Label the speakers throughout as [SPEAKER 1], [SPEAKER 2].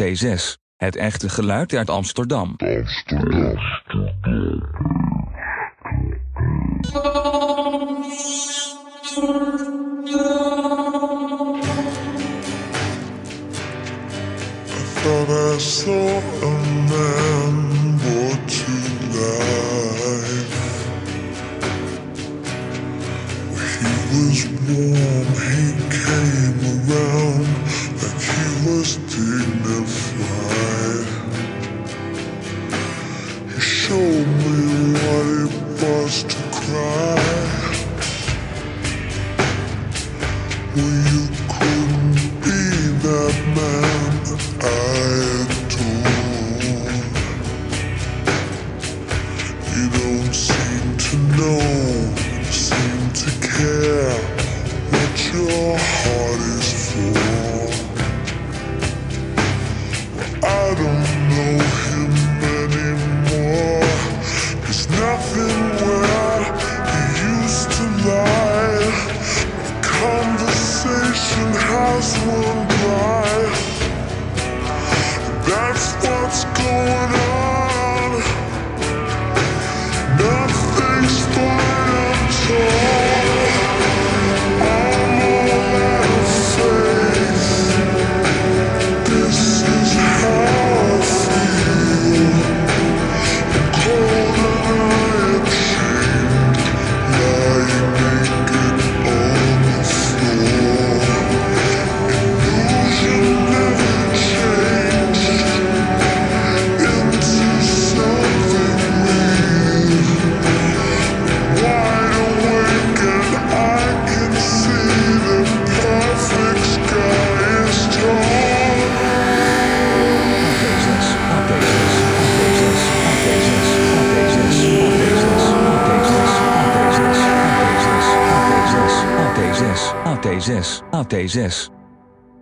[SPEAKER 1] AT6, het echte geluid uit Amsterdam.
[SPEAKER 2] Thought I saw a man brought to life. He was warm, he came around like he was dignified. He showed me what it was to cry. Well, you couldn't be that man I adore. You don't seem to know, seem to care what your heart is for. I don't know him anymore. There's nothing where he used to lie. Conversation has run dry. That's what's going on. Nothing's fine, I'm sure. I'm all out of faith. This is how I feel. Cold and I am shamed. Lying naked on the floor. Illusion never changed.
[SPEAKER 1] AT6, AT6, AT6, AT6, AT6, AT6, AT6, AT6, AT6, AT6.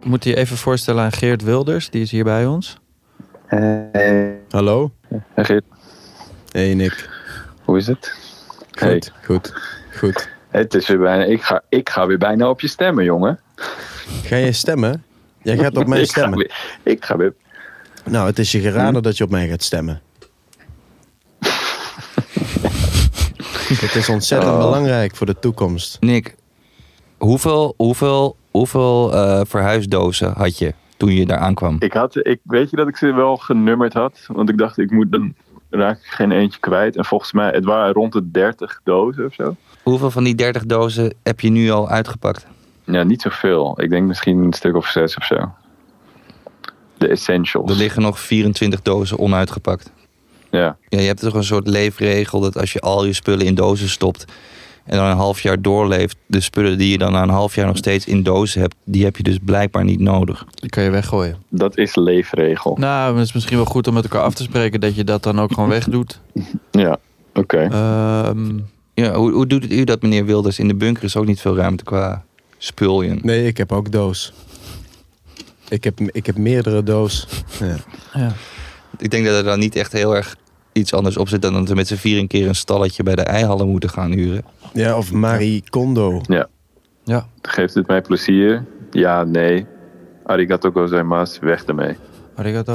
[SPEAKER 3] Moet je even voorstellen aan Geert Wilders, die is hier bij ons.
[SPEAKER 4] Hey,
[SPEAKER 5] Hallo?
[SPEAKER 4] hey Eh, Geert,
[SPEAKER 5] Hey Nick.
[SPEAKER 4] hoe is het? Hey.
[SPEAKER 5] Goed, goed, goed.
[SPEAKER 4] Het is weer bijna, ik, ga, ik ga weer bijna op je stemmen, jongen.
[SPEAKER 5] Ga jij stemmen? Jij gaat op mij
[SPEAKER 4] ik Ga
[SPEAKER 5] stemmen.
[SPEAKER 4] weer, Hmm. ik ga weer.
[SPEAKER 5] Nou, het is je geraden dat je op mij gaat stemmen. Het is
[SPEAKER 4] Oh.
[SPEAKER 5] ontzettend belangrijk voor de toekomst.
[SPEAKER 6] Nick, hoeveel, hoeveel, hoeveel eh, verhuisdozen had je toen je daar aankwam?
[SPEAKER 4] Ik had, ik, weet je dat ik ze wel genummerd had? Want ik dacht, ik moet dan raak ik geen eentje kwijt. En volgens mij, het waren rond de 30 dozen of zo.
[SPEAKER 6] Hoeveel van die 30 dozen heb je nu al uitgepakt?
[SPEAKER 4] Ja, niet zoveel. Ik denk misschien een stuk of zes of zo. De essentials.
[SPEAKER 6] Er liggen nog 24 dozen onuitgepakt.
[SPEAKER 4] Ja.
[SPEAKER 6] Ja, je hebt toch een soort leefregel dat als je al je spullen in dozen stopt en dan een half jaar doorleeft, de spullen die je dan na een half jaar nog steeds in dozen hebt, die heb je dus blijkbaar niet nodig.
[SPEAKER 3] Die kan je weggooien.
[SPEAKER 4] Dat is leefregel.
[SPEAKER 3] Nou, maar het is misschien wel goed om met elkaar af te spreken dat je dat dan ook gewoon wegdoet.
[SPEAKER 4] Ja, oké.
[SPEAKER 3] Ehm,
[SPEAKER 6] Ja, hoe, hoe doet u dat, meneer Wilders? In de bunker is ook niet veel ruimte qua spullen.
[SPEAKER 5] Nee, ik heb ook doos. Ik heb, ik heb meerdere doos. Ja.
[SPEAKER 3] ja.
[SPEAKER 6] Ik denk dat er dan niet echt heel erg iets anders op zit dan dat we met z'n vier een keer een stalletje bij de eihallen moeten gaan huren.
[SPEAKER 5] ja, of Marie Kondo.
[SPEAKER 4] Ja.
[SPEAKER 3] ja.
[SPEAKER 4] Geeft het mij plezier? Ja, nee. Arigato gozaimasu, weg ermee.
[SPEAKER 3] Arigato.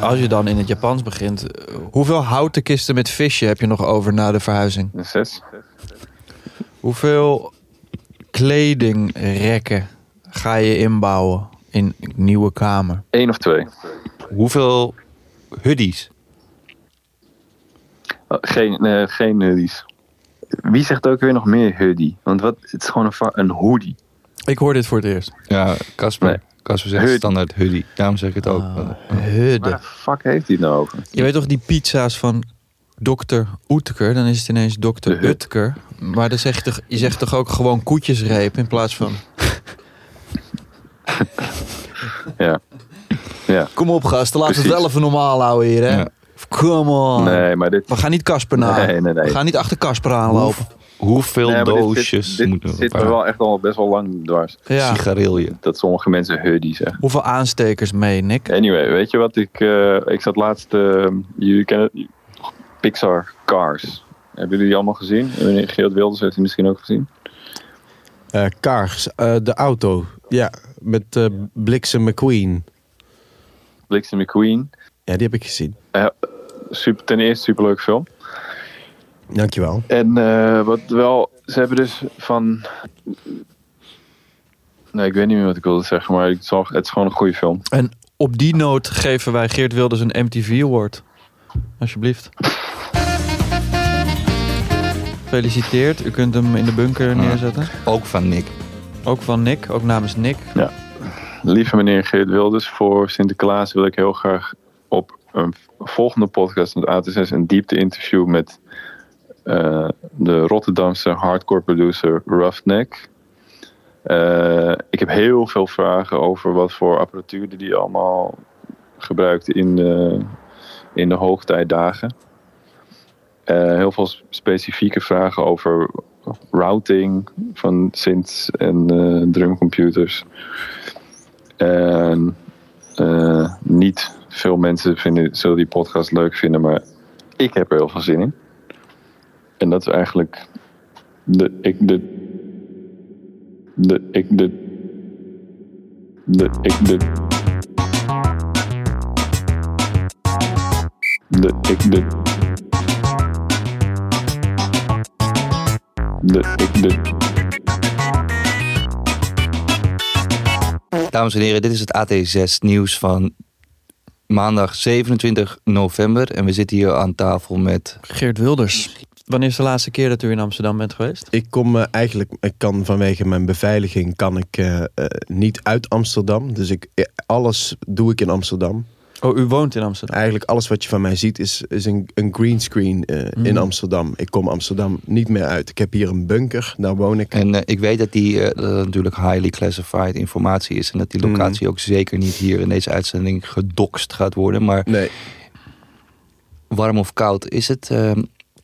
[SPEAKER 3] Als je dan in het Japans begint, eh, hoeveel houten kisten met visje heb je nog over na de verhuizing?
[SPEAKER 4] Een zes?
[SPEAKER 3] Hoeveel kledingrekken ga je inbouwen in een nieuwe kamer?
[SPEAKER 4] Eén of twee?
[SPEAKER 6] Hoeveel hoodies?
[SPEAKER 4] Oh, Geen, eh, geen hoodies. Wie zegt ook weer nog meer hoodie? Want wat, het is gewoon een, va- een hoodie.
[SPEAKER 3] Ik hoor dit voor het eerst.
[SPEAKER 6] Ja, Casper.
[SPEAKER 4] Nee.
[SPEAKER 6] Casper zegt
[SPEAKER 4] Hoodie.
[SPEAKER 6] standaard hoodie. Daarom zeg ik het ook.
[SPEAKER 4] Waar
[SPEAKER 3] Hudde.
[SPEAKER 4] de fuck heeft hij het nou over?
[SPEAKER 3] Je weet toch die pizza's van dokter Oetker? Dan is het ineens
[SPEAKER 4] De
[SPEAKER 3] dokter
[SPEAKER 4] hut.
[SPEAKER 3] Utker. Maar dan zeg je, toch, je zegt toch ook gewoon koetjesreep in plaats van...
[SPEAKER 4] Ja. Ja.
[SPEAKER 3] Kom op gasten, laten we het
[SPEAKER 4] Precies.
[SPEAKER 3] wel even normaal houden hier hè.
[SPEAKER 6] Ja.
[SPEAKER 3] Come
[SPEAKER 7] Ah,
[SPEAKER 3] on.
[SPEAKER 4] Nee, maar dit...
[SPEAKER 3] We gaan niet Casper na.
[SPEAKER 4] Nee, nee, nee.
[SPEAKER 3] We gaan niet achter Casper aanlopen.
[SPEAKER 6] Hoeveel
[SPEAKER 4] nee, maar dit zit-
[SPEAKER 6] doosjes
[SPEAKER 4] Dit,
[SPEAKER 6] moeten we
[SPEAKER 4] zit me wel echt al best wel lang dwars.
[SPEAKER 3] Ja.
[SPEAKER 6] Sigarilje.
[SPEAKER 4] Dat sommige mensen hoodie zeggen.
[SPEAKER 3] Hoeveel aanstekers mee, Nick?
[SPEAKER 4] Anyway, weet je wat ik... eh, ik zat laatst... eh, jullie kennen het... Pixar Cars. Hebben jullie die allemaal gezien? Meneer Geert Wilders heeft die misschien ook gezien.
[SPEAKER 5] Eh, Cars, eh, de auto. Ja, met eh Bliksem McQueen.
[SPEAKER 4] Blixen McQueen.
[SPEAKER 5] Ja, die heb ik gezien.
[SPEAKER 4] Eh, super, ten eerste superleuk film.
[SPEAKER 5] Dankjewel.
[SPEAKER 4] En eh, wat wel, ze hebben dus van. Nee, ik weet niet meer wat ik wilde zeggen, maar het is, wel- het is gewoon een goede film.
[SPEAKER 7] En op die noot geven wij Geert Wilders een MTV Award. Alsjeblieft. Gefeliciteerd. U kunt hem in de bunker neerzetten.
[SPEAKER 6] Ook van Nick.
[SPEAKER 7] Ook van Nick, ook namens Nick.
[SPEAKER 4] Lieve meneer Geert Wilders, voor Sinterklaas wil ik heel graag op een volgende podcast met AT6 een diepte interview met eh, de Rotterdamse hardcore producer Roughneck. Eh, ik heb heel veel vragen over wat voor apparatuur die hij allemaal gebruikte in de, in de hoogtijdagen. Eh, heel veel s- specifieke vragen over routing van synths en eh, drumcomputers. En eh, niet veel mensen vinden, zullen die podcast leuk vinden, maar ik heb er heel veel zin in. En dat is eigenlijk de ik de de ik de de ik de de ik de de ik de
[SPEAKER 6] Dames en heren, dit is het AT6 nieuws van maandag 27 november. En we zitten hier aan tafel met...
[SPEAKER 7] Geert Wilders. Wanneer is de laatste keer dat u in Amsterdam bent geweest?
[SPEAKER 5] Ik kom eh, eigenlijk, ik kan vanwege mijn beveiliging kan ik eh, eh, niet uit Amsterdam. Dus ik, eh, alles doe ik in Amsterdam.
[SPEAKER 7] Oh, u woont in Amsterdam.
[SPEAKER 5] Eigenlijk alles wat je van mij ziet is, is een, een greenscreen eh, in Amsterdam. Ik kom Amsterdam niet meer uit. Ik heb hier een bunker, daar woon ik.
[SPEAKER 6] En eh, ik weet dat die eh, dat het natuurlijk highly classified informatie is. En dat die locatie ook zeker niet hier in deze uitzending gedokst gaat worden. Maar
[SPEAKER 5] Nee,
[SPEAKER 6] warm of koud is het eh,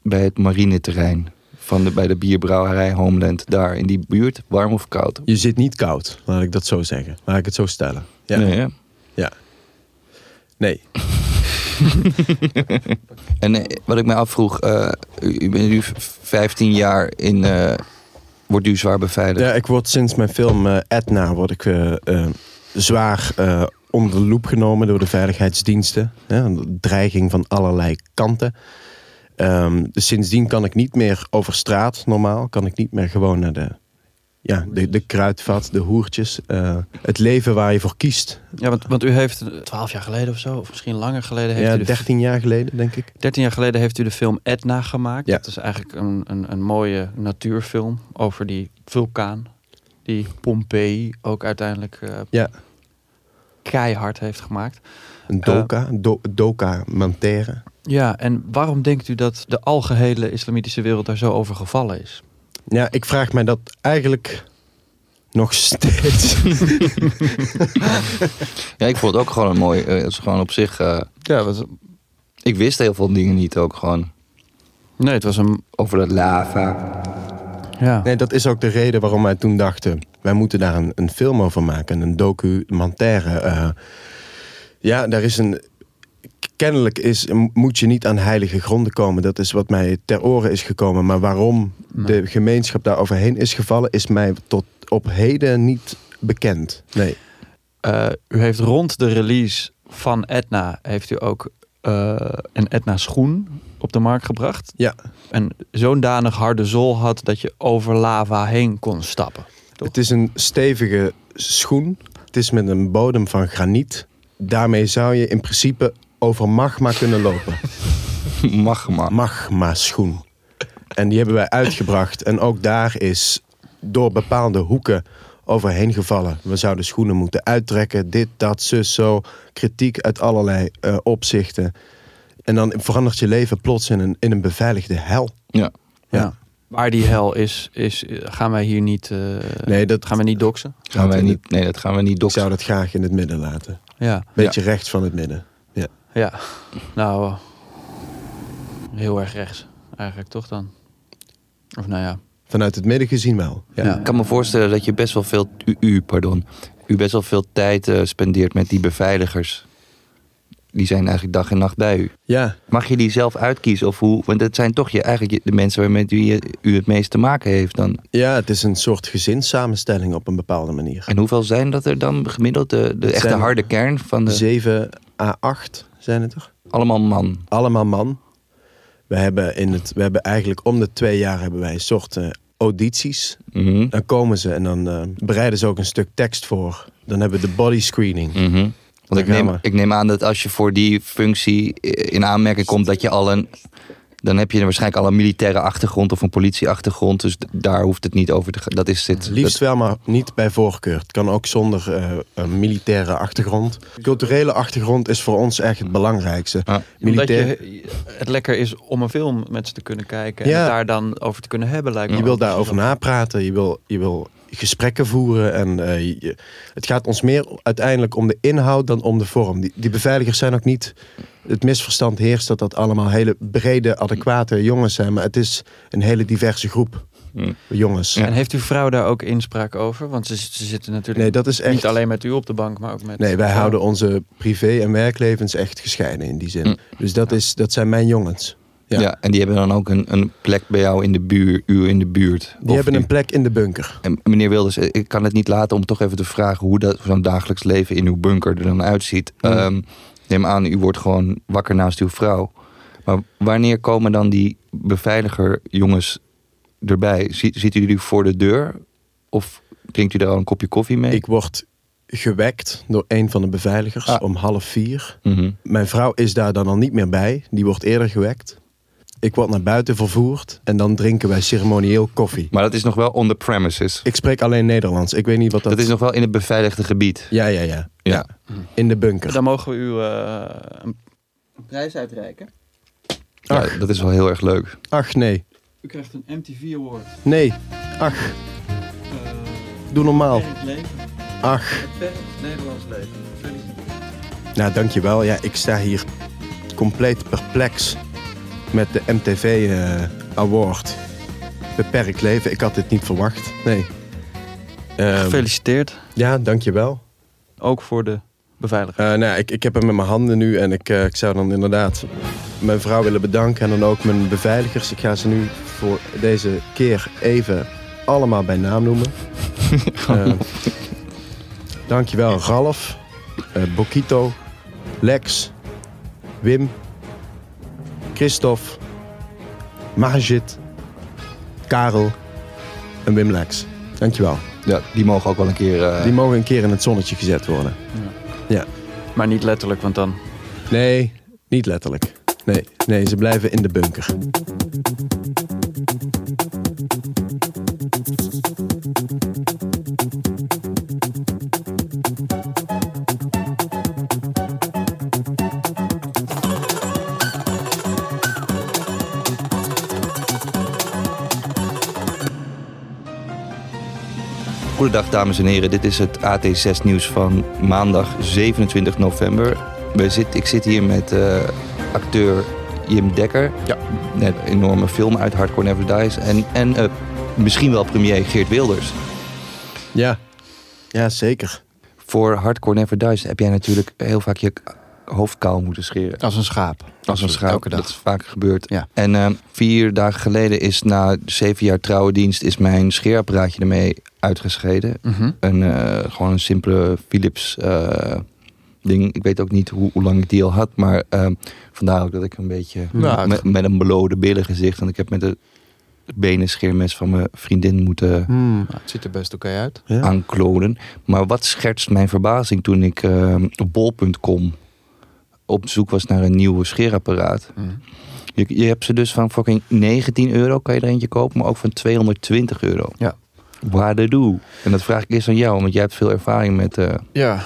[SPEAKER 6] bij het marineterrein? Van de, bij de bierbrouwerij Homeland daar in die buurt. Warm of koud?
[SPEAKER 5] je zit niet koud, laat ik dat zo zeggen. Laat ik het zo stellen. Ja,
[SPEAKER 6] Nee, hè?
[SPEAKER 5] ja. nee.
[SPEAKER 6] En eh, wat ik mij afvroeg, eh, u, u bent nu v- 15 jaar in. eh, wordt u zwaar beveiligd?
[SPEAKER 5] Ja, ik word sinds mijn film eh, Edna word ik, eh, eh, zwaar eh, onder de loep genomen door de veiligheidsdiensten. Ja, een dreiging van allerlei kanten. Ehm, dus sindsdien kan ik niet meer over straat normaal. Kan ik niet meer gewoon naar de, ja, de, de kruidvat, de hoertjes. eh, het leven waar je voor kiest.
[SPEAKER 7] Ja, want, want u heeft twaalf jaar geleden of zo, of misschien langer geleden, heeft
[SPEAKER 5] Ja,
[SPEAKER 7] u de
[SPEAKER 5] 13 jaar geleden, denk ik.
[SPEAKER 7] 13 jaar geleden heeft u de film Etna gemaakt.
[SPEAKER 5] Ja.
[SPEAKER 7] Dat is eigenlijk een, een, een mooie natuurfilm over die vulkaan. Die Pompeii ook uiteindelijk eh,
[SPEAKER 5] Ja,
[SPEAKER 7] keihard heeft gemaakt.
[SPEAKER 5] een doka, een do, doka mantere.
[SPEAKER 7] Ja, en waarom denkt u dat de algehele islamitische wereld daar zo over gevallen is?
[SPEAKER 5] Ja, ik vraag mij dat eigenlijk nog steeds.
[SPEAKER 6] Ja, ik vond het ook gewoon een mooi. eh, het is gewoon op zich. eh,
[SPEAKER 7] Ja, wat,
[SPEAKER 6] ik wist heel veel dingen niet ook gewoon.
[SPEAKER 7] nee, het was een...
[SPEAKER 6] Over dat lava.
[SPEAKER 7] Ja.
[SPEAKER 5] Nee, dat is ook de reden waarom wij toen dachten... wij moeten daar een, een film over maken, een documentaire. eh. ja, daar is een... Kennelijk is, moet je niet aan heilige gronden komen. Dat is wat mij ter oren is gekomen. Maar waarom de gemeenschap daar overheen is gevallen... is mij tot op heden niet bekend. Nee.
[SPEAKER 7] Eh, u heeft rond de release van Etna heeft u ook eh, een Etna schoen op de markt gebracht.
[SPEAKER 5] Ja,
[SPEAKER 7] En zo'n danig harde zool had dat je over lava heen kon stappen.
[SPEAKER 5] Het is een stevige schoen. Het is met een bodem van graniet. Daarmee zou je in principe over magma kunnen lopen.
[SPEAKER 6] Magma.
[SPEAKER 5] magma schoen. En die hebben wij uitgebracht. En ook daar is door bepaalde hoeken overheen gevallen. We zouden schoenen moeten uittrekken. Dit, dat, zus, zo. Kritiek uit allerlei eh, opzichten. En dan verandert je leven plots in een, in een beveiligde hel.
[SPEAKER 6] Ja.
[SPEAKER 5] Ja.
[SPEAKER 7] Waar die hel is, is eh, gaan wij hier niet, eh,
[SPEAKER 5] Nee, dat
[SPEAKER 7] gaan we niet doksen.
[SPEAKER 6] Gaan wij niet, nee, dat gaan we niet
[SPEAKER 5] Ik zou
[SPEAKER 6] dokken.
[SPEAKER 5] dat graag in het midden laten.
[SPEAKER 7] Ja,
[SPEAKER 5] Beetje rechts van het midden. Ja.
[SPEAKER 7] ja. Nou, eh, heel erg rechts eigenlijk toch dan? Of nou ja.
[SPEAKER 5] Vanuit het midden gezien wel. Ja.
[SPEAKER 7] Ja.
[SPEAKER 6] Ik kan me voorstellen dat je best wel veel. U, u, pardon. U best wel veel tijd eh, spendeert met die beveiligers. die zijn eigenlijk dag en nacht bij u.
[SPEAKER 5] Ja,
[SPEAKER 6] Mag je die zelf uitkiezen of hoe? Want dat zijn toch je, eigenlijk je- de mensen waarmee u, je- u het meest te maken heeft dan.
[SPEAKER 5] ja, het is een soort gezinssamenstelling op een bepaalde manier.
[SPEAKER 6] En hoeveel zijn dat er dan gemiddeld? De, de echte
[SPEAKER 5] Zijn-
[SPEAKER 6] harde kern van de...
[SPEAKER 5] 7 à 8 zijn het er.
[SPEAKER 6] Allemaal man.
[SPEAKER 5] Allemaal man. We hebben, in het, we hebben eigenlijk om de twee jaar hebben wij een soort eh, audities.
[SPEAKER 6] Mhm.
[SPEAKER 5] Dan komen ze en dan eh, bereiden ze ook een stuk tekst voor. Dan hebben we de body screening.
[SPEAKER 3] Mm.
[SPEAKER 6] Mhm. Want ik
[SPEAKER 5] Daar gaan
[SPEAKER 6] neem,
[SPEAKER 5] we.
[SPEAKER 6] ik neem aan dat als je voor die functie eh, in aanmerking komt, dat je al een. Dan heb je waarschijnlijk al een militaire achtergrond of een politieachtergrond. Dus d- daar hoeft het niet over te gaan. Dat is dit.
[SPEAKER 5] Liefst wel, maar niet bij voorkeur. Het kan ook zonder eh, een militaire achtergrond. Culturele achtergrond is voor ons echt het belangrijkste.
[SPEAKER 6] Ja.
[SPEAKER 3] Omdat
[SPEAKER 5] Militair,
[SPEAKER 3] je, het lekker is om een film met ze te kunnen kijken en
[SPEAKER 5] Ja.
[SPEAKER 3] het daar dan over te kunnen hebben lijkt me.
[SPEAKER 7] Oh,
[SPEAKER 5] je wil
[SPEAKER 3] ook.
[SPEAKER 5] daarover napraten, je wil, je wil gesprekken voeren. En, eh, je- het gaat ons meer uiteindelijk om de inhoud dan om de vorm. Die, die beveiligers zijn ook niet... Het misverstand heerst dat dat allemaal hele brede, adequate jongens zijn. Maar het is een hele diverse groep
[SPEAKER 6] Hm.
[SPEAKER 5] jongens.
[SPEAKER 3] En heeft uw vrouw daar ook inspraak over? Want ze, ze zitten natuurlijk
[SPEAKER 5] Nee, dat is echt...
[SPEAKER 3] niet alleen met u op de bank, maar ook met...
[SPEAKER 5] Nee, wij
[SPEAKER 3] Oh.
[SPEAKER 5] houden onze privé- en werklevens echt gescheiden in die zin.
[SPEAKER 6] Mm.
[SPEAKER 5] Dus dat, is, dat zijn mijn jongens.
[SPEAKER 6] ja.
[SPEAKER 5] Ja.
[SPEAKER 6] en die hebben dan ook een, een plek bij jou in de buurt. U in de buurt.
[SPEAKER 5] Die
[SPEAKER 6] Of
[SPEAKER 5] hebben
[SPEAKER 6] die-
[SPEAKER 5] een plek in de bunker.
[SPEAKER 6] En meneer Wilders, eh, ik kan het niet laten om toch even te vragen hoe dat zo'n dagelijks leven in uw bunker er dan uitziet. Ehm, ik neem aan, u wordt gewoon wakker naast uw vrouw. Maar wanneer komen dan die beveiligerjongens erbij? Zie, ziet u die voor de deur? Of drinkt u daar al een kopje koffie mee?
[SPEAKER 5] Ik word gewekt door een van de beveiligers
[SPEAKER 6] Ah.
[SPEAKER 5] om half vier.
[SPEAKER 6] Mhm.
[SPEAKER 5] Mijn vrouw is daar dan al niet meer bij. Die wordt eerder gewekt. Ik word naar buiten vervoerd en dan drinken wij ceremonieel koffie.
[SPEAKER 6] Maar dat is nog wel on the premises.
[SPEAKER 5] Ik spreek alleen Nederlands. Ik weet niet wat dat,
[SPEAKER 6] Dat, is nog wel in het beveiligde gebied.
[SPEAKER 5] Ja, ja, ja.
[SPEAKER 6] Ja.
[SPEAKER 5] In de bunker.
[SPEAKER 3] Dan mogen we u eh, een
[SPEAKER 6] Prijs uitreiken.
[SPEAKER 5] Ah.
[SPEAKER 6] Ja, dat is wel heel erg leuk.
[SPEAKER 5] Ach, nee.
[SPEAKER 3] U krijgt een MTV Award.
[SPEAKER 5] Nee. Ach, doe normaal. Ach.
[SPEAKER 3] Nederlands leven.
[SPEAKER 5] Nou, dankjewel. Ja, ik sta hier compleet perplex met de MTV eh, Award. Beperkt leven. Ik had dit niet verwacht. Nee. Ehm,
[SPEAKER 3] Gefeliciteerd.
[SPEAKER 5] ja, dankjewel.
[SPEAKER 3] Ook voor de beveiliger.
[SPEAKER 5] Eh nou, ja, ik, ik heb hem in mijn handen nu en ik, eh, ik zou dan inderdaad mijn vrouw willen bedanken en dan ook mijn beveiligers. Ik ga ze nu voor deze keer even allemaal bij naam noemen. Eh, dankjewel Ralf, eh Bokito, Lex, Wim, Christophe, Margit, Karel en Wim Lex. Dankjewel.
[SPEAKER 6] Ja, die mogen ook wel een keer. eh,
[SPEAKER 5] Die mogen een keer in het zonnetje gezet worden.
[SPEAKER 3] Maar niet letterlijk, want dan...
[SPEAKER 5] Nee, niet letterlijk. Nee, nee, ze blijven in de bunker.
[SPEAKER 6] Goedendag dames en heren, dit is het AT6 nieuws van maandag 27 november. We zit, ik zit hier met eh, acteur Jim Dekker. Ja. Net een enorme film uit Hardcore Never Dies. En, en eh, misschien wel premier Geert Wilders.
[SPEAKER 5] Ja. Ja, zeker.
[SPEAKER 6] Voor Hardcore Never Dies heb jij natuurlijk heel vaak je hoofd kaal moeten scheren.
[SPEAKER 5] Als een schaap.
[SPEAKER 6] Als een schaap,
[SPEAKER 5] Elke dag.
[SPEAKER 6] dat is vaak gebeurd.
[SPEAKER 5] Ja.
[SPEAKER 6] En eh, vier dagen geleden is na zeven jaar trouwendienst is mijn scheerapparaatje ermee uitgeschreden.
[SPEAKER 7] Mhm.
[SPEAKER 6] een, eh, gewoon een simpele Philips eh, ding. Ik weet ook niet hoe, hoe lang ik die al had, maar ehm, vandaar ook dat ik een beetje
[SPEAKER 5] Ja,
[SPEAKER 6] met, met een belode billen gezicht. Want ik heb met het benenscheermes van mijn vriendin moeten
[SPEAKER 7] Nou, Het ziet er best oké uit.
[SPEAKER 5] Ja.
[SPEAKER 6] aanklonen. Maar wat schertst mijn verbazing toen ik ehm, op bol.com op zoek was naar een nieuw scheerapparaat. Je, je hebt ze dus van fucking 19 euro kan je er eentje kopen, maar ook van 220 euro.
[SPEAKER 3] Ja.
[SPEAKER 6] Wadedoe. En dat vraag ik eerst aan jou, want jij hebt veel ervaring met... eh,
[SPEAKER 7] Ja,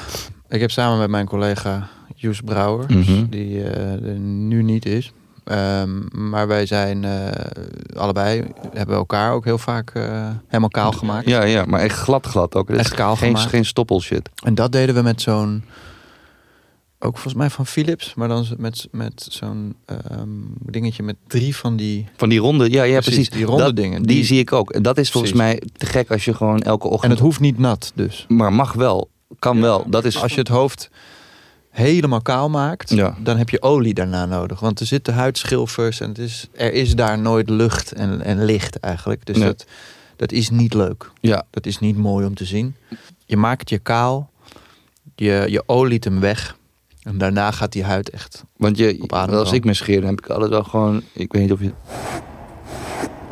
[SPEAKER 7] ik heb samen met mijn collega Joes Brouwer,
[SPEAKER 6] Mhm.
[SPEAKER 7] die eh, er nu niet is. Ehm, maar wij zijn eh, allebei, hebben elkaar ook heel vaak eh, helemaal kaal gemaakt.
[SPEAKER 6] Ja, ja, maar echt glad glad ook. Dat is
[SPEAKER 7] Echt kaal
[SPEAKER 6] geen,
[SPEAKER 7] gemaakt.
[SPEAKER 6] Geen stoppel shit.
[SPEAKER 7] En dat deden we met zo'n, ook volgens mij van Philips, maar dan z- met, met zo'n ehm, dingetje met drie van die...
[SPEAKER 6] Van die ronde, ja, ja precies.
[SPEAKER 7] die ronde
[SPEAKER 6] Dat-
[SPEAKER 7] dingen.
[SPEAKER 6] Die, zie ik ook. En Dat is volgens mij te gek als je gewoon elke
[SPEAKER 7] en
[SPEAKER 6] ochtend...
[SPEAKER 7] het hoeft niet nat dus.
[SPEAKER 6] Maar mag wel. Kan wel. Dat is...
[SPEAKER 7] Als je het hoofd helemaal kaal maakt,
[SPEAKER 6] Ja.
[SPEAKER 7] dan heb je olie daarna nodig. Want er zitten huidschilfers en het is, er is daar nooit lucht en, en licht eigenlijk. Dus
[SPEAKER 6] Nee.
[SPEAKER 7] dat, dat is niet leuk.
[SPEAKER 6] Ja.
[SPEAKER 7] Dat is niet mooi om te zien. Je maakt je kaal, je, je oliet hem weg. En daarna gaat die huid echt.
[SPEAKER 6] Want je,
[SPEAKER 7] Op adem
[SPEAKER 6] als
[SPEAKER 7] wel.
[SPEAKER 6] ik me scheer, dan heb ik altijd wel gewoon... Ik weet niet of je...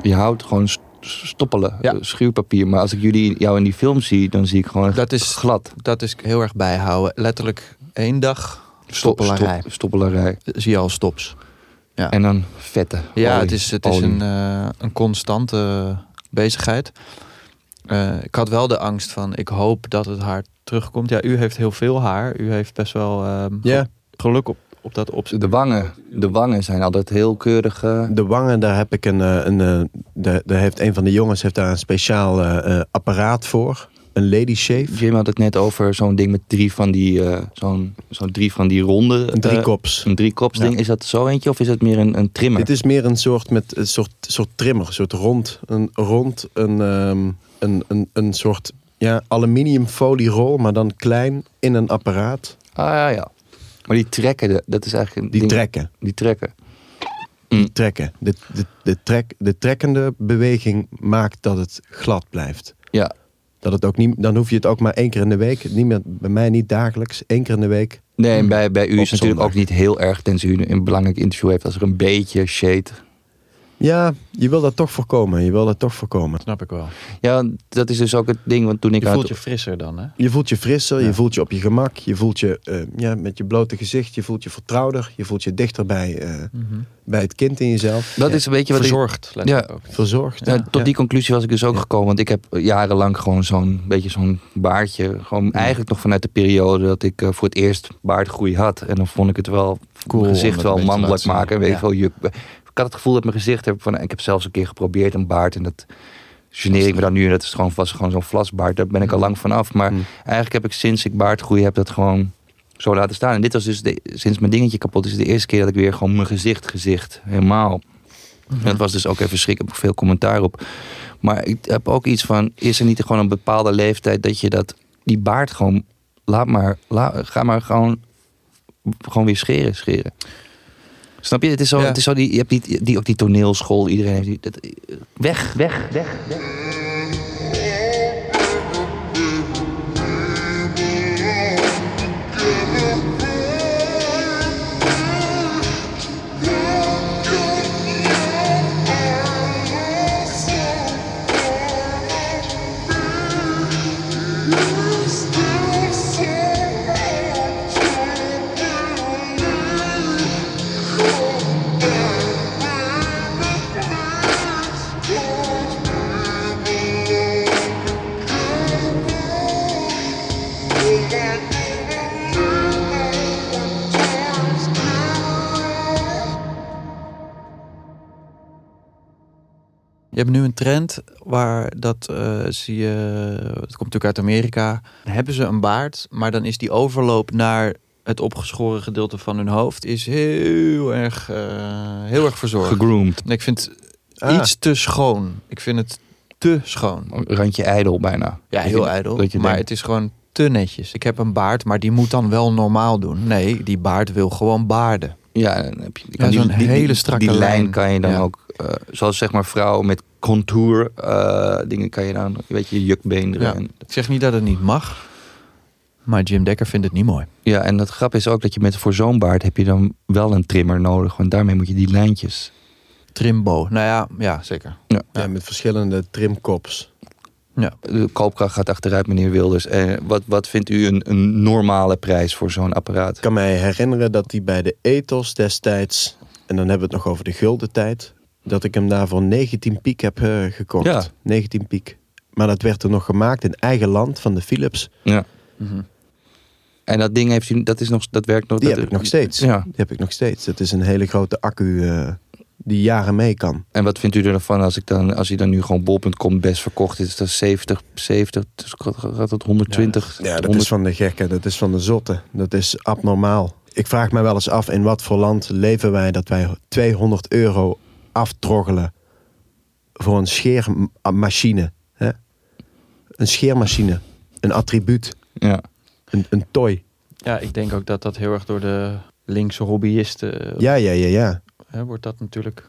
[SPEAKER 6] Je houdt gewoon st- stoppelen,
[SPEAKER 7] Ja.
[SPEAKER 6] eh, schuurpapier. Maar als ik jullie, jou in die film zie, dan zie ik gewoon
[SPEAKER 7] Dat is,
[SPEAKER 6] glad.
[SPEAKER 7] dat is heel erg bijhouden. Letterlijk één dag
[SPEAKER 6] Sto-
[SPEAKER 7] stoppelarij.
[SPEAKER 6] stop- stoppelarij.
[SPEAKER 7] Zie je al stops.
[SPEAKER 6] En dan vetten.
[SPEAKER 7] Ja,
[SPEAKER 6] Olie,
[SPEAKER 7] het is, het is
[SPEAKER 6] olie.
[SPEAKER 7] een, eh, een constante bezigheid. Eh, ik had wel de angst van, ik hoop dat het haar terugkomt. Ja, u heeft heel veel haar. U heeft best wel ehm,
[SPEAKER 5] Ja.
[SPEAKER 7] geluk op, op dat opzicht.
[SPEAKER 6] De wangen. De wangen zijn altijd heel keurig. eh,
[SPEAKER 5] De wangen, daar heb ik een. eh, een eh, daar, daar heeft een van de jongens heeft daar een speciaal eh, eh, apparaat voor. Een lady shave.
[SPEAKER 6] Jim had het net over zo'n ding met drie van die, eh, zo'n, zo'n drie van die ronde.
[SPEAKER 5] Een
[SPEAKER 6] eh,
[SPEAKER 5] driekops.
[SPEAKER 6] een driekopsding. Is dat zo eentje of is dat meer een, een trimmer?
[SPEAKER 5] Dit is meer een soort, met, een soort, soort trimmer, een soort rond. Een, rond een, ehm, een, een, een soort ja, aluminiumfolierol, maar dan klein in een apparaat.
[SPEAKER 6] Ah ja, ja. Maar die trekken, de- dat is eigenlijk een
[SPEAKER 5] Die
[SPEAKER 6] ding-
[SPEAKER 5] trekken.
[SPEAKER 6] Die trekken.
[SPEAKER 5] Die trekken. De, de, de, trek, de trekkende beweging maakt dat het glad blijft.
[SPEAKER 6] Ja,
[SPEAKER 5] Dat het ook niet, dan hoef je het ook maar één keer in de week. Niet meer, bij mij niet dagelijks. één keer in de week.
[SPEAKER 6] Nee, en bij, bij u
[SPEAKER 5] Op
[SPEAKER 6] is het natuurlijk
[SPEAKER 5] zondag.
[SPEAKER 6] Hmm. ook niet heel erg, tenzij u een belangrijk interview heeft, als er een beetje shade.
[SPEAKER 5] Ja, je wil dat toch voorkomen. Je wil dat toch voorkomen.
[SPEAKER 7] Snap ik wel.
[SPEAKER 6] Ja, dat is dus ook het ding, want toen ik
[SPEAKER 7] Je
[SPEAKER 6] uit-
[SPEAKER 7] voelt je frisser dan, hè?
[SPEAKER 5] Je voelt je frisser, je voelt je op je gemak, je voelt je eh, ja, met je blote gezicht, je voelt je vertrouwder, je voelt je dichter bij, eh,
[SPEAKER 6] Mhm.
[SPEAKER 5] bij het kind in jezelf.
[SPEAKER 6] Dat is een beetje wat ik-
[SPEAKER 7] Verzorgd, letterlijk
[SPEAKER 6] Ja.
[SPEAKER 7] ook.
[SPEAKER 5] Verzorgd.
[SPEAKER 6] Nou, tot die conclusie was ik dus ook gekomen. Want ik heb jarenlang gewoon zo'n beetje zo'n baardje. Gewoon eigenlijk nog vanuit de periode dat ik eh, voor het eerst baardgroei had. En dan vond ik het wel
[SPEAKER 7] Cool,
[SPEAKER 6] mijn
[SPEAKER 7] om
[SPEAKER 6] gezicht
[SPEAKER 7] dat
[SPEAKER 6] wel
[SPEAKER 7] een beetje te
[SPEAKER 6] mannelijk
[SPEAKER 7] laten
[SPEAKER 6] maken.
[SPEAKER 7] zien.
[SPEAKER 6] Weet
[SPEAKER 7] Ja.
[SPEAKER 6] je wel, je, ik had het gevoel dat mijn gezicht heb van ik heb zelfs een keer geprobeerd een baard. En dat geneer ik me dan nu. En dat is gewoon, was gewoon zo'n vlasbaard. Daar ben ik al lang vanaf. Maar eigenlijk heb ik sinds ik baardgroei heb dat gewoon zo laten staan. En dit was dus de- sinds mijn dingetje kapot is de eerste keer dat ik weer gewoon mijn gezicht gezicht helemaal en dat was dus ook even verschrikkelijk veel commentaar op. Maar ik heb ook iets van, is er niet gewoon een bepaalde leeftijd dat je dat, die baard gewoon, laat maar, la- ga maar gewoon, gewoon weer scheren, scheren. Snap je? Het is zo,
[SPEAKER 7] Ja.
[SPEAKER 6] het is zo die, je hebt die, die, ook die toneelschool, iedereen heeft die, dat, weg, weg, weg, weg.
[SPEAKER 7] Je hebt nu een trend waar dat eh, zie je. Het komt natuurlijk uit Amerika. Dan hebben ze een baard, maar dan is die overloop naar het opgeschoren gedeelte van hun hoofd is heel erg, eh, heel erg verzorgd.
[SPEAKER 6] Gegroomd.
[SPEAKER 7] En ik vind het
[SPEAKER 5] Ah.
[SPEAKER 7] iets te schoon. Ik vind het te schoon.
[SPEAKER 6] Randje ijdel bijna.
[SPEAKER 7] Ja,
[SPEAKER 6] Dat
[SPEAKER 7] heel
[SPEAKER 6] je-
[SPEAKER 7] ijdel. Maar
[SPEAKER 6] dat je denkt-
[SPEAKER 7] het is gewoon te netjes. Ik heb een baard, maar die moet dan wel normaal doen. Nee, die baard wil gewoon baarden.
[SPEAKER 6] Ja, dan heb je, je
[SPEAKER 7] Ja, zo'n hele strakke
[SPEAKER 6] die lijn.
[SPEAKER 7] lijn.
[SPEAKER 6] kan je dan
[SPEAKER 7] Ja.
[SPEAKER 6] ook, eh, zoals zeg maar vrouwen met contour eh, dingen kan je dan, weet je, je jukbeen
[SPEAKER 7] Ja.
[SPEAKER 6] erin.
[SPEAKER 7] Ik zeg niet dat het niet mag, maar Jim Dekker vindt het niet mooi.
[SPEAKER 6] Ja. en dat grap is ook dat je met voor zo'n baard heb je dan wel een trimmer nodig, want daarmee moet je die lijntjes.
[SPEAKER 7] Trimbo. Nou ja, ja zeker.
[SPEAKER 5] Ja, met verschillende trimkops.
[SPEAKER 6] De koopkracht gaat achteruit, meneer Wilders. Eh, wat, wat vindt u een, een normale prijs voor zo'n apparaat?
[SPEAKER 5] Ik kan mij herinneren dat die bij de ethos destijds, en dan hebben we het nog over de gulden tijd, dat ik hem daarvoor 19 piek heb eh, gekocht.
[SPEAKER 6] Ja.
[SPEAKER 5] 19 piek. Maar dat werd er nog gemaakt in eigen land van de Philips.
[SPEAKER 6] Ja.
[SPEAKER 7] Mhm.
[SPEAKER 6] En dat ding heeft u, dat is nog, dat werkt nog.
[SPEAKER 5] Die
[SPEAKER 6] dat,
[SPEAKER 5] heb ik nog steeds.
[SPEAKER 6] Ja.
[SPEAKER 5] Die heb ik nog steeds. Dat is een hele grote accu eh, die jaren mee kan.
[SPEAKER 6] En wat vindt u er dan van als ik dan, als hij dan nu gewoon bol.com best verkocht is, dat is 70, 70, dus gaat dat 120?
[SPEAKER 5] Ja, dat
[SPEAKER 6] 100
[SPEAKER 5] is van de gekken, dat is van de zotten, dat is abnormaal. Ik vraag mij wel eens af in wat voor land leven wij dat wij 200 euro aftroggelen voor een scheermachine. Hè? Een scheermachine, een attribuut,
[SPEAKER 6] Ja.
[SPEAKER 5] een, een toy.
[SPEAKER 7] Ja, ik denk ook dat dat heel erg door de linkse hobbyisten
[SPEAKER 5] Ja, ja, ja, ja.
[SPEAKER 7] hè, wordt dat natuurlijk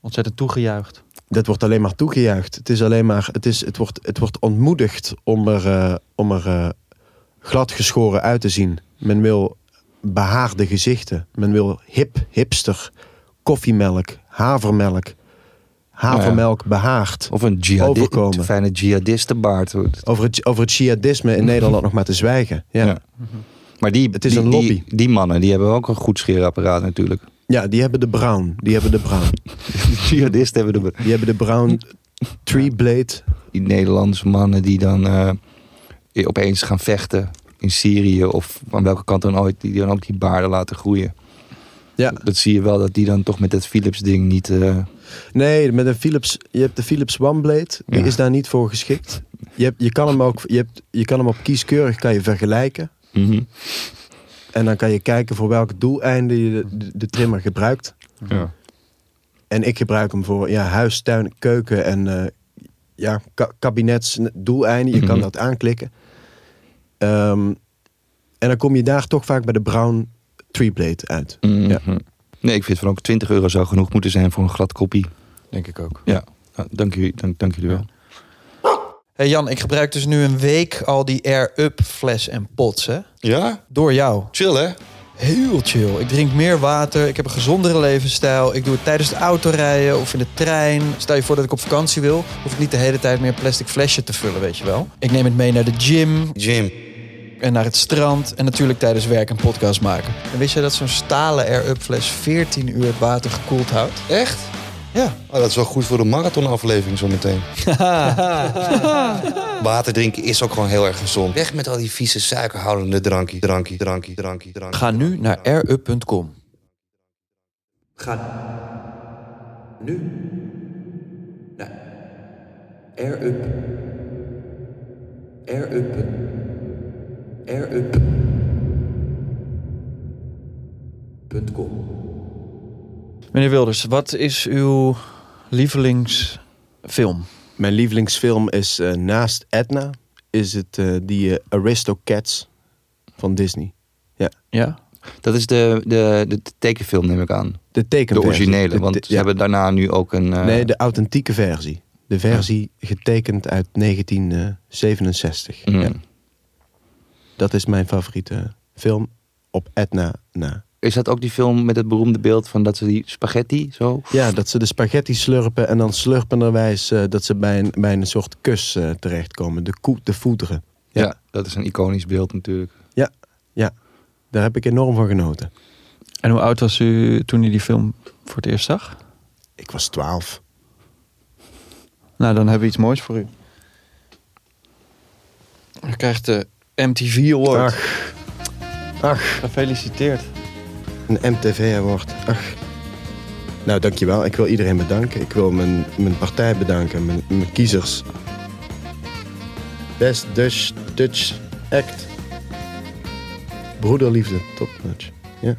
[SPEAKER 7] ontzettend toegejuicht.
[SPEAKER 5] Dat wordt alleen maar toegejuicht. Het, is alleen maar, het, is, het, wordt, het wordt ontmoedigd om er, eh, om er eh, glad geschoren uit te zien. Men wil behaarde gezichten. Men wil hip, hipster, koffiemelk, havermelk. Havermelk behaard.
[SPEAKER 6] Of een jihadi
[SPEAKER 5] Overkomen.
[SPEAKER 6] fijne jihadistenbaard.
[SPEAKER 5] Over het, over het jihadisme in Nederland nog maar te zwijgen. Ja.
[SPEAKER 6] Ja. Maar die,
[SPEAKER 5] Het is
[SPEAKER 6] die,
[SPEAKER 5] een
[SPEAKER 6] die-
[SPEAKER 5] lobby.
[SPEAKER 6] Die, mannen, die hebben ook een goed scheerapparaat natuurlijk.
[SPEAKER 5] Ja, die hebben de brown. Die hebben de brown.
[SPEAKER 6] De jihadisten hebben de...
[SPEAKER 5] Die hebben de brown tree blade.
[SPEAKER 6] Die Nederlandse mannen die dan eh, opeens gaan vechten in Syrië of aan welke kant dan ooit, die dan ook die baarden laten groeien.
[SPEAKER 5] Ja.
[SPEAKER 6] Dat zie je wel dat die dan toch met dat Philips ding niet... eh,
[SPEAKER 5] Nee, met een Philips. Je hebt de Philips One Blade. Die
[SPEAKER 6] Ja.
[SPEAKER 5] is daar niet voor geschikt. Je, hebt, je kan hem ook. Je, hebt, je kan hem op kieskeurig kan je vergelijken.
[SPEAKER 6] mhm.
[SPEAKER 5] En dan kan je kijken voor welk doeleinde je de, de, de trimmer gebruikt.
[SPEAKER 6] Ja.
[SPEAKER 5] En ik gebruik hem voor ja, huis, tuin, keuken en eh, ja, ka- kabinetsdoeleinden. Je kan
[SPEAKER 6] Mhm.
[SPEAKER 5] dat aanklikken. Ehm, en dan kom je daar toch vaak bij de Brown Tree Blade uit.
[SPEAKER 6] Mhm.
[SPEAKER 5] Ja.
[SPEAKER 6] Nee, ik vind van ook 20 euro zou genoeg moeten zijn voor een glad kopie.
[SPEAKER 7] Denk ik ook.
[SPEAKER 6] Nou, dank, jullie, dank, dank jullie wel.
[SPEAKER 7] Hey Jan, ik gebruik dus nu een week al die Air Up fles en pots, hè?
[SPEAKER 6] Ja?
[SPEAKER 7] Door jou.
[SPEAKER 6] Chill hè?
[SPEAKER 7] Heel chill. Ik drink meer water. Ik heb een gezondere levensstijl. Ik doe het tijdens het autorijden of in de trein. Stel je voor dat ik op vakantie wil, hoef ik niet de hele tijd meer een plastic flesje te vullen, weet je wel. Ik neem het mee naar de gym
[SPEAKER 6] Jim.
[SPEAKER 7] en naar het strand. En natuurlijk tijdens werk een podcast maken. En wist je dat zo'n stalen air-up fles 14 uur het water gekoeld houdt?
[SPEAKER 6] Echt?
[SPEAKER 7] Ja.
[SPEAKER 6] Oh, dat is wel goed voor de marathonaflevering zometeen. Water drinken is ook gewoon heel erg gezond. Weg met al die vieze suikerhoudende drankie, drankie, drankie, drankie, drankie.
[SPEAKER 7] Ga nu naar airup.com. Meneer Wilders, wat is uw lievelingsfilm?
[SPEAKER 5] Mijn lievelingsfilm is eh, naast Edna, is het eh, die eh, Aristocats van Disney.
[SPEAKER 7] Ja?
[SPEAKER 6] Dat is de, de, de, tekenfilm, neem ik aan.
[SPEAKER 5] De
[SPEAKER 6] De
[SPEAKER 5] tekenversie.
[SPEAKER 6] originele,
[SPEAKER 5] De-
[SPEAKER 6] want
[SPEAKER 5] de-
[SPEAKER 6] ze
[SPEAKER 5] ja.
[SPEAKER 6] hebben daarna nu ook een... eh,
[SPEAKER 5] Nee, de authentieke versie. De versie getekend uit 1967.
[SPEAKER 6] mm.
[SPEAKER 5] Ja, dat is mijn favoriete film op Edna na.
[SPEAKER 6] Is dat ook die film met het beroemde beeld van dat ze die spaghetti zo...
[SPEAKER 5] Ja, dat ze de spaghetti slurpen en dan slurpenderwijs eh, dat ze bij een, bij een soort kus eh, terechtkomen. De, koe, de voederen. Ja.
[SPEAKER 6] Dat is een iconisch beeld natuurlijk.
[SPEAKER 5] Daar heb ik enorm van genoten.
[SPEAKER 7] En hoe oud was u toen u die film voor het eerst zag?
[SPEAKER 5] Ik was twaalf.
[SPEAKER 7] Nou, dan hebben we iets moois voor u. U krijgt de MTV Award.
[SPEAKER 5] Ach,
[SPEAKER 7] Gefeliciteerd.
[SPEAKER 5] een MTV-award. Ach. Nou, dankjewel. Ik wil iedereen bedanken. Ik wil mijn, mijn partij bedanken, mijn, mijn kiezers. Best Dutch, Dutch Act. Broederliefde, topnotch. Ik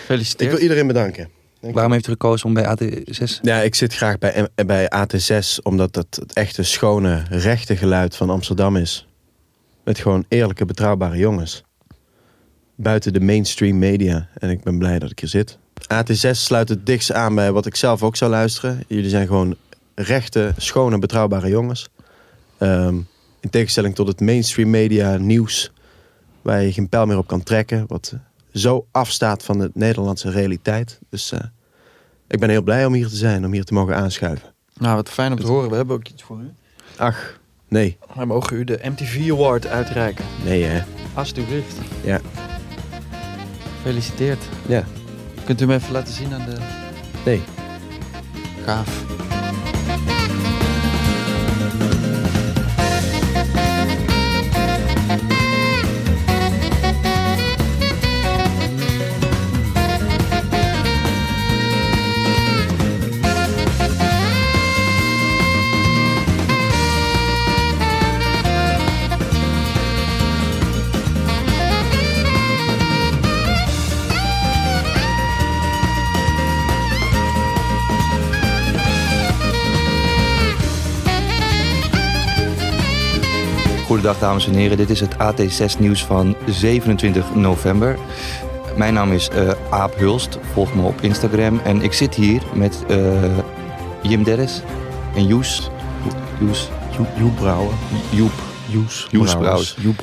[SPEAKER 7] Gefeliciteerd.
[SPEAKER 5] wil iedereen bedanken. Dank
[SPEAKER 6] Waarom heeft u gekozen om bij AT6?
[SPEAKER 5] Ja, ik zit graag bij, M- eh, bij AT6, omdat dat het echte schone, rechte geluid van Amsterdam is. Met gewoon eerlijke, betrouwbare jongens. Buiten de mainstream media. En ik ben blij dat ik hier zit. AT6 sluit het dichtst aan bij wat ik zelf ook zou luisteren. Jullie zijn gewoon rechte, schone, betrouwbare jongens. Ehm, in tegenstelling tot het mainstream media nieuws, waar je geen pijl meer op kan trekken. Wat eh, zo afstaat van de Nederlandse realiteit. Dus eh, ik ben heel blij om hier te zijn, om hier te mogen aanschuiven.
[SPEAKER 7] Nou, wat fijn om te horen. We hebben ook iets voor u.
[SPEAKER 5] Ach, nee.
[SPEAKER 7] Wij mogen u de MTV Award uitreiken.
[SPEAKER 5] Nee, hè?
[SPEAKER 7] Alsjeblieft.
[SPEAKER 5] Ja.
[SPEAKER 7] Gefeliciteerd.
[SPEAKER 5] Ja.
[SPEAKER 7] Kunt u hem even laten zien aan de...
[SPEAKER 5] Nee.
[SPEAKER 7] Gaaf.
[SPEAKER 8] Thank
[SPEAKER 6] dag, dames en heren. Dit is het AT6 nieuws van 27 november. Mijn naam is eh, Aap Hulst. Volg me op Instagram. En ik zit hier met eh, Jim Derris en Joes. Joes.
[SPEAKER 5] Joep Brouwen.
[SPEAKER 6] Joep.
[SPEAKER 5] Joes.
[SPEAKER 6] Joes Brouwers.
[SPEAKER 5] Joep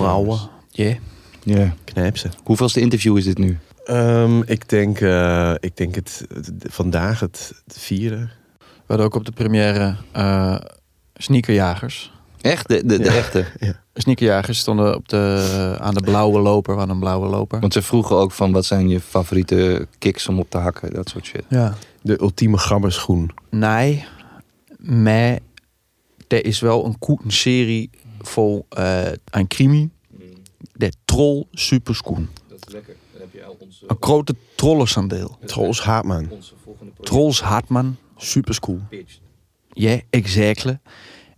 [SPEAKER 7] Yeah.
[SPEAKER 6] Ja.
[SPEAKER 5] Knijp ze.
[SPEAKER 6] Hoeveelste interview is dit nu?
[SPEAKER 5] Ehm, ik denk, eh, ik denk het, het- vandaag het, het vierde.
[SPEAKER 7] We hadden ook op de première eh, sneakerjagers.
[SPEAKER 6] Echt? De, de, de
[SPEAKER 5] Ja.
[SPEAKER 6] echte?
[SPEAKER 7] Sneakerjagers stonden op de, aan de blauwe loper, aan een blauwe loper.
[SPEAKER 6] Want ze vroegen ook van wat zijn je favoriete kicks om op te hakken, dat soort shit.
[SPEAKER 7] Ja.
[SPEAKER 5] De ultieme gabberschoen.
[SPEAKER 7] Nee, maar er is wel een koe- een serie vol eh, aan crimi. De troll superskoen.
[SPEAKER 6] Mm. Dat is lekker. Dan heb je al onze,
[SPEAKER 7] Een grote trollensandaal.
[SPEAKER 5] Trolls Haatman.
[SPEAKER 6] onze volgende
[SPEAKER 7] Trolls Hartman.
[SPEAKER 5] Superschool.
[SPEAKER 6] pitch.
[SPEAKER 7] Ja, exactly.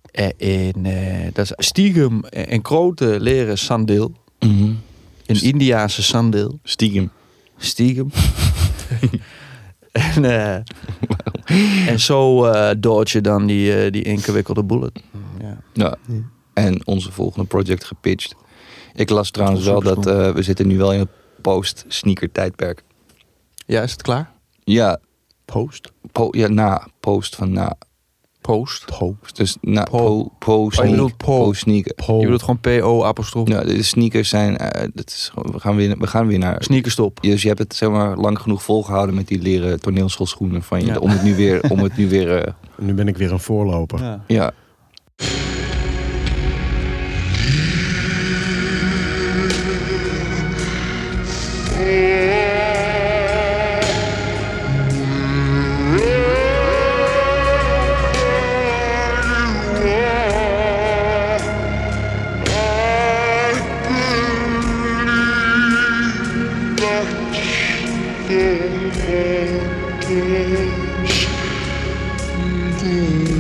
[SPEAKER 7] Eh, En eh, dat is stiekem een grote leren sandeel.
[SPEAKER 6] Mhm.
[SPEAKER 7] Een Indiaanse sandeel.
[SPEAKER 6] Stiekem.
[SPEAKER 7] Stiekem. en, eh, en zo eh dodge je dan die, eh, die ingewikkelde bullet. Ja.
[SPEAKER 6] Ja. En onze volgende project gepitcht. Ik las trouwens wel dat eh, we zitten nu wel in het post-sneaker tijdperk.
[SPEAKER 7] ja, is het klaar?
[SPEAKER 6] Ja,
[SPEAKER 5] Post.
[SPEAKER 6] po- ja, na post van na.
[SPEAKER 7] Post.
[SPEAKER 6] Post. Dus na
[SPEAKER 7] Po.
[SPEAKER 6] po, po,
[SPEAKER 7] Oh, je
[SPEAKER 6] sneak-
[SPEAKER 7] bedoelt po.
[SPEAKER 6] sneaker.
[SPEAKER 5] Paul.
[SPEAKER 7] Je bedoelt gewoon PO, apostrof.
[SPEAKER 6] Ja, de sneakers zijn, eh, dat is, gewoon- we, gaan weer, we gaan weer naar
[SPEAKER 7] Sneakerstop.
[SPEAKER 6] Ja, Dus je hebt het zeg maar, lang genoeg volgehouden met die leren toneelschoolschoenen van je.
[SPEAKER 7] Ja.
[SPEAKER 6] Om het nu weer. Om het nu weer eh,
[SPEAKER 5] Nu ben ik weer een voorloper.
[SPEAKER 6] ja.
[SPEAKER 2] Thank you.